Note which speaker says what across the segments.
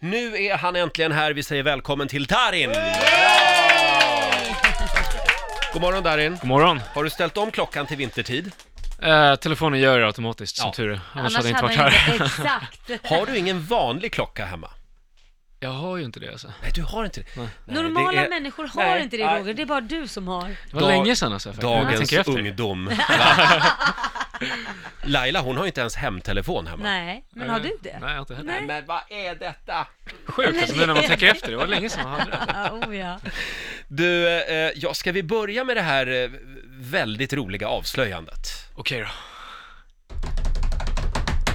Speaker 1: Nu är han äntligen här. Vi säger välkommen till Darin! God morgon Darin!
Speaker 2: God morgon.
Speaker 1: Har du ställt om klockan till vintertid?
Speaker 2: Eh, telefonen gör det automatiskt,
Speaker 1: Ja.
Speaker 2: som tur är. Annars,
Speaker 3: Annars
Speaker 2: hade jag inte varit
Speaker 3: han
Speaker 2: här.
Speaker 3: inte- Exakt.
Speaker 1: Har du ingen vanlig klocka hemma?
Speaker 2: Jag har ju inte det alltså.
Speaker 1: Nej, du har inte det. Nej, det
Speaker 3: Normala
Speaker 1: är
Speaker 3: människor har
Speaker 1: Nej,
Speaker 3: inte det
Speaker 1: nej.
Speaker 3: Roger, det är bara du som har.
Speaker 2: Det var
Speaker 1: Dag-
Speaker 2: länge sedan alltså. faktiskt. Jag
Speaker 1: Dagens
Speaker 2: tänker efter.
Speaker 1: ungdom. Laila, hon har ju inte ens hemtelefon hemma.
Speaker 3: Nej, men har du det?
Speaker 2: Nej, jag har inte heller.
Speaker 3: Nej.
Speaker 1: Men vad är detta?
Speaker 2: Sjukt alltså, nu när man tänker efter. Det var länge sedan man hade det.
Speaker 3: Ja, oh ja.
Speaker 1: Du, eh, ja, ska vi börja med det här eh, väldigt roliga avslöjandet?
Speaker 2: Okej då.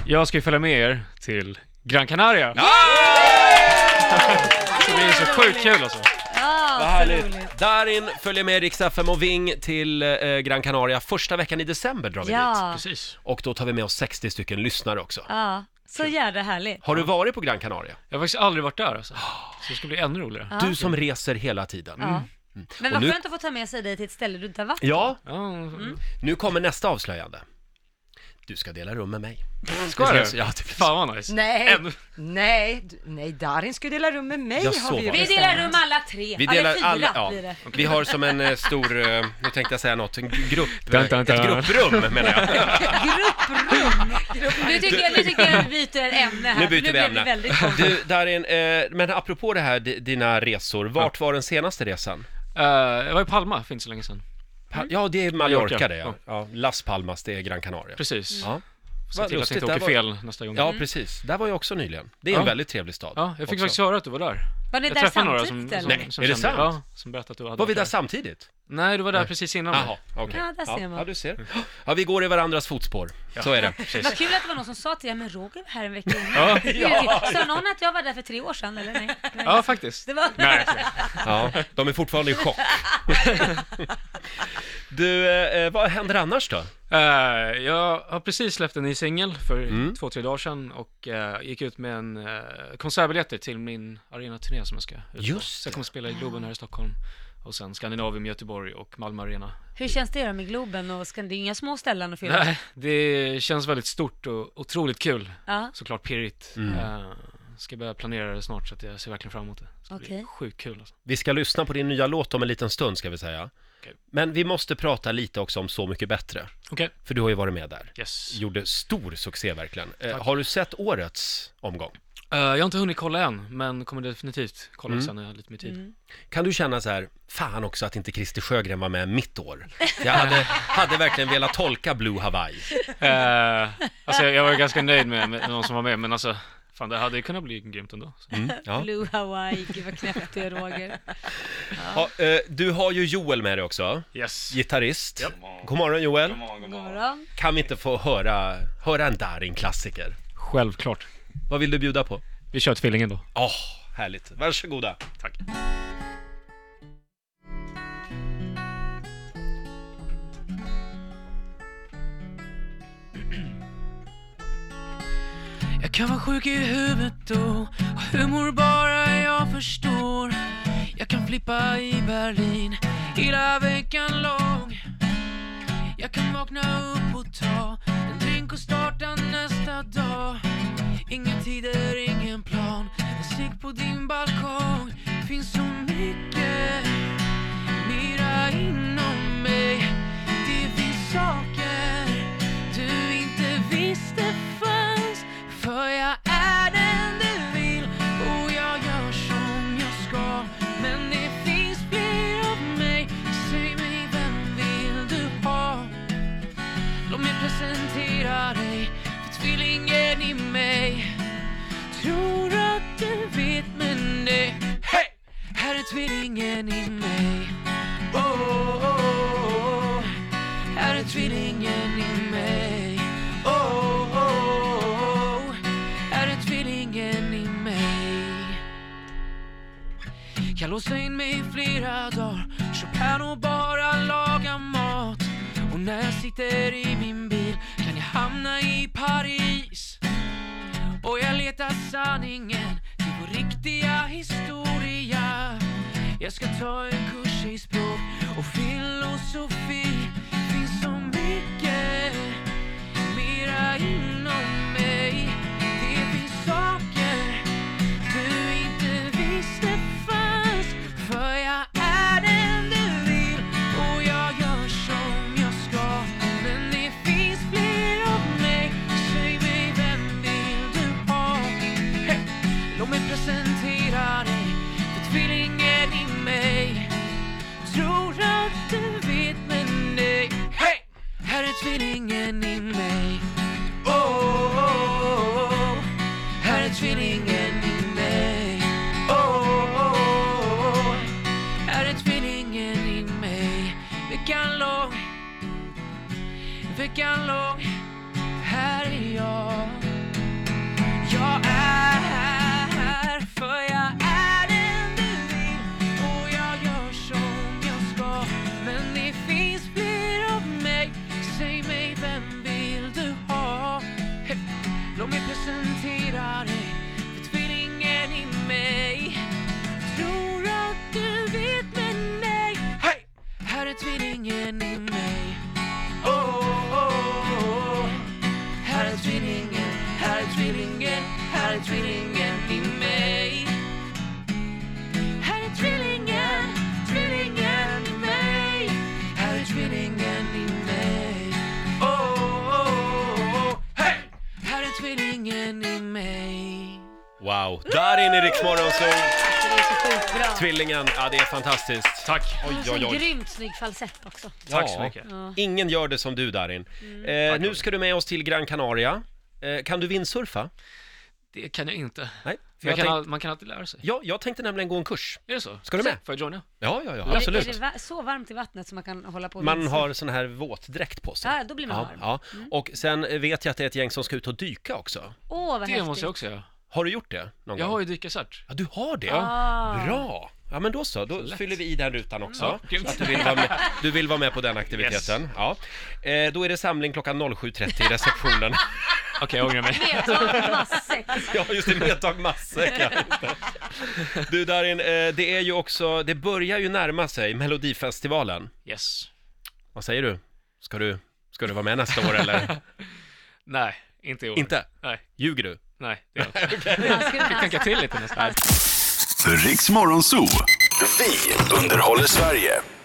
Speaker 2: Jag ska ju följa med er till Gran Canaria. Det blir så sjukt kul alltså.
Speaker 1: Vad
Speaker 3: ja Ah, så roligt.
Speaker 1: härligt! Darin följer med Rix FM och Ving till eh, Gran Canaria. Första veckan i december drar vi dit.
Speaker 3: Ja,
Speaker 2: Precis.
Speaker 1: Och då tar vi med oss 60 stycken lyssnare också.
Speaker 3: ja, så jävla härligt.
Speaker 1: Har du varit på Gran Canaria?
Speaker 2: Jag har faktiskt aldrig varit där alltså. Så det ska bli ännu roligare.
Speaker 1: Du som reser hela tiden.
Speaker 3: Ja. Men
Speaker 1: Mm. Och
Speaker 3: vad
Speaker 1: nu-
Speaker 3: skönt att få ta med sig dig till ett ställe du inte har varit.
Speaker 1: Ja,
Speaker 2: Ja,
Speaker 3: Mm.
Speaker 1: nu kommer nästa avslöjande. Du ska dela rum med mig.
Speaker 2: Ska
Speaker 1: Det
Speaker 2: du?
Speaker 1: ska- ja, typ. det-
Speaker 2: Fan vad nice.
Speaker 4: Nej,
Speaker 2: Ännu-
Speaker 4: nej, du- nej, Darin skulle dela rum med mig
Speaker 1: Jag
Speaker 4: har
Speaker 1: så
Speaker 4: vi ju
Speaker 1: var det.
Speaker 3: Vi
Speaker 4: bestämt.
Speaker 3: delar rum alla tre,
Speaker 1: Vi delar
Speaker 3: eller fyra
Speaker 1: alla, ja.
Speaker 3: blir det.
Speaker 1: Vi har som en eh, stor, eh, nu tänkte jag säga något, en grupp,
Speaker 2: Dun, dun, dun.
Speaker 1: ett grupprum menar jag.
Speaker 3: Nu tycker jag, nu tycker jag vi byter ämne här,
Speaker 1: Nu byter
Speaker 3: för
Speaker 1: vi
Speaker 3: blev det
Speaker 1: ämne.
Speaker 3: väldigt konstigt.
Speaker 1: Du Darin, eh, men apropå det här, di- dina resor, vart var den senaste resan?
Speaker 2: Eh, jag var i Palma för inte så länge sedan.
Speaker 1: Pa- Ja, det är Mallorca
Speaker 2: Mm. Mallorca,
Speaker 1: det ja.
Speaker 2: ja.
Speaker 1: ja. Las Palmas, det är Gran Canaria.
Speaker 2: Precis.
Speaker 1: Ja.
Speaker 2: Se
Speaker 1: Vad
Speaker 2: till att jag
Speaker 1: lustigt,
Speaker 2: inte
Speaker 1: där
Speaker 2: åker
Speaker 1: var-
Speaker 2: fel nästa gång.
Speaker 1: Ja, precis. Där var jag också nyligen. Det är en
Speaker 2: Ja.
Speaker 1: väldigt trevlig stad.
Speaker 2: Ja, jag fick
Speaker 1: också.
Speaker 2: faktiskt höra att du var där.
Speaker 3: Var ni
Speaker 2: jag
Speaker 3: där
Speaker 2: träffade några
Speaker 3: samtidigt
Speaker 2: som,
Speaker 3: eller?
Speaker 2: som,
Speaker 1: Nej,
Speaker 2: som
Speaker 1: är det
Speaker 2: kände-
Speaker 1: sant?
Speaker 2: Ja, som berättade att du hade
Speaker 1: Var vi där
Speaker 2: varit
Speaker 1: samtidigt?
Speaker 2: Nej, du var där precis innan
Speaker 1: Jaha,
Speaker 2: mig.
Speaker 1: okej.
Speaker 3: Ja, där ser man.
Speaker 1: Ja, du ser. Ja, vi går i varandras fotspår. Så är det.
Speaker 3: Det var kul att det var någon som sa till dig, men Roger var här en vecka innan.
Speaker 2: Ja.
Speaker 3: Det är ju- Sa någon att jag var där för tre år sedan eller nej? nej.
Speaker 2: Ja, faktiskt.
Speaker 3: Det var...
Speaker 2: Nej,
Speaker 1: Ja, de är fortfarande i chock. Du, eh, vad händer annars då?
Speaker 2: Eh, jag har precis släppt en ny singel för
Speaker 1: Mm.
Speaker 2: två, tre dagar sedan och eh, gick ut med en eh, konsertbiljetter till min arenaturné som jag ska ut på.
Speaker 1: Just
Speaker 2: Så jag kommer spela i Globen här i Stockholm och sen Skandinavien, Göteborg och Malmö Arena.
Speaker 3: Hur känns det då med Globen och Skan- Det är inga små ställen att fylla.
Speaker 2: Nej, det känns väldigt stort och otroligt kul.
Speaker 3: Ja.
Speaker 2: Såklart pirrigt.
Speaker 1: Mm.
Speaker 2: Eh, ska börja planera det snart så att jag ser verkligen fram emot det. Det ska bli
Speaker 3: Okej.
Speaker 2: sjukt kul alltså.
Speaker 1: Vi ska lyssna på din nya låt om en liten stund ska vi säga.
Speaker 2: Okej.
Speaker 1: Men vi måste prata lite också om Så mycket bättre.
Speaker 2: Okej,
Speaker 1: För du har ju varit med där.
Speaker 2: yes.
Speaker 1: Gjorde stor succé verkligen. Eh, har du sett årets omgång?
Speaker 2: Eh, jag har inte hunnit kolla än, men kommer definitivt kolla sen när jag har lite mer tid.
Speaker 3: Mm.
Speaker 1: Kan du känna så här, fan också att inte Christer Sjögren var med mitt år. Jag hade, hade verkligen velat tolka Blue Hawaii.
Speaker 2: Eh, alltså jag, jag var ju ganska nöjd med, med någon som var med, men alltså Fan, det hade ju kunnat bli grymt ändå. Så.
Speaker 1: Mm, ja.
Speaker 3: Blue Hawaii, gud vad knäppt du är Roger.
Speaker 1: Ja, eh, du har ju Joel med dig också,
Speaker 2: Yes.
Speaker 1: gitarrist. God morgon Joel.
Speaker 3: God morgon.
Speaker 1: Kan vi inte få höra, höra en Darin-klassiker?
Speaker 2: Självklart.
Speaker 1: Vad vill du bjuda på?
Speaker 2: Vi kör tvillingen då.
Speaker 1: Åh, härligt. Varsågoda. Tack.
Speaker 5: Jag kan vara sjuk i huvudet då och humor bara jag förstår Jag kan flippa i Berlin hela veckan lång Jag kan vakna upp och ta en drink och starta nästa dag Inga tider, ingen plan En cigg på din balkong Det finns så mycket mera inom mig Det finns saker du inte visste fanns För jag är den du vill och jag gör som jag ska Men det finns fler av mig Säg mig, vem vill du ha? Låt mig presentera dig för tvillingen i mig Tror att du vet men nej Hey! Här är tvillingen i mig oh, oh, oh, oh. Här är tvillingen i mig oh, oh, oh, oh. Här är tvillingen i mig kan låsa in mig i flera dagar Köp här och bara laga mat Och när jag sitter i min bil Kan jag hamna i Paris Och jag letar sanningen Till vår riktiga historia Jag ska ta en kurs i språk och filosofi Finns så mycket mera inom mig Det finns saker du Oh, Oh, Oh,
Speaker 1: Darin i Rix Morgon Zoo,
Speaker 3: Det är så sjukt bra.
Speaker 1: Tvillingen. Ja, det är fantastiskt.
Speaker 2: Tack.
Speaker 1: Oj,
Speaker 3: Så
Speaker 1: oj, oj.
Speaker 3: grymt snygg falsett också.
Speaker 2: Tack så mycket.
Speaker 3: Ja. Mm.
Speaker 1: Ingen gör det som du, Darin. Eh, nu ska du med oss till Gran Canaria. Eh, kan du vindsurfa?
Speaker 2: Det kan jag inte.
Speaker 1: Nej.
Speaker 2: Men
Speaker 1: Jag
Speaker 2: jag kan,
Speaker 1: tänkte,
Speaker 2: al- man kan alltid lära sig.
Speaker 1: ja, jag tänkte nämligen gå en kurs.
Speaker 2: Är det så?
Speaker 1: Ska du med?
Speaker 2: Får jag joina?
Speaker 1: Ja, ja, ja,
Speaker 3: Är- Är
Speaker 1: absolut.
Speaker 3: det va- så varmt i vattnet som man kan hålla på och
Speaker 1: Man
Speaker 3: visa?
Speaker 1: har sån här våtdräkt på sig.
Speaker 3: Ja, då blir man
Speaker 1: ja,
Speaker 3: varm. Mm.
Speaker 1: ja. Och sen vet jag att det är ett gäng som ska ut och dyka också.
Speaker 3: Åh, vad
Speaker 2: Det
Speaker 3: häftigt.
Speaker 2: måste jag också göra.
Speaker 1: Har du gjort det någon
Speaker 2: Jag
Speaker 1: gång?
Speaker 2: har ju dykarcert.
Speaker 1: Ja, du har det?
Speaker 3: Ah.
Speaker 1: Bra! Ja, men då så. Då
Speaker 2: lätt.
Speaker 1: fyller vi i den rutan också.
Speaker 2: Ja, grymt.
Speaker 1: att du vill vara med, du vill vara med på den aktiviteten. Ja. Eh, då är det samling klockan 07.30 i receptionen.
Speaker 2: Okej, jag ångrar mig.
Speaker 3: Medtag matsäck.
Speaker 1: ja, just det. Medtag matsäck. ja. Du Darin, eh, det är ju också, det börjar ju närma sig Melodifestivalen.
Speaker 2: Yes.
Speaker 1: Vad säger du? Ska du, ska du vara med nästa år eller?
Speaker 2: Nej, inte i år.
Speaker 1: Inte?
Speaker 2: Nej,
Speaker 1: Ljuger du?
Speaker 2: nej. Det gör jag inte.
Speaker 3: Man skulle
Speaker 2: Jag tänker
Speaker 3: nästan-
Speaker 2: till lite nästa.
Speaker 6: Riks Morgonzoo. Vi underhåller Sverige.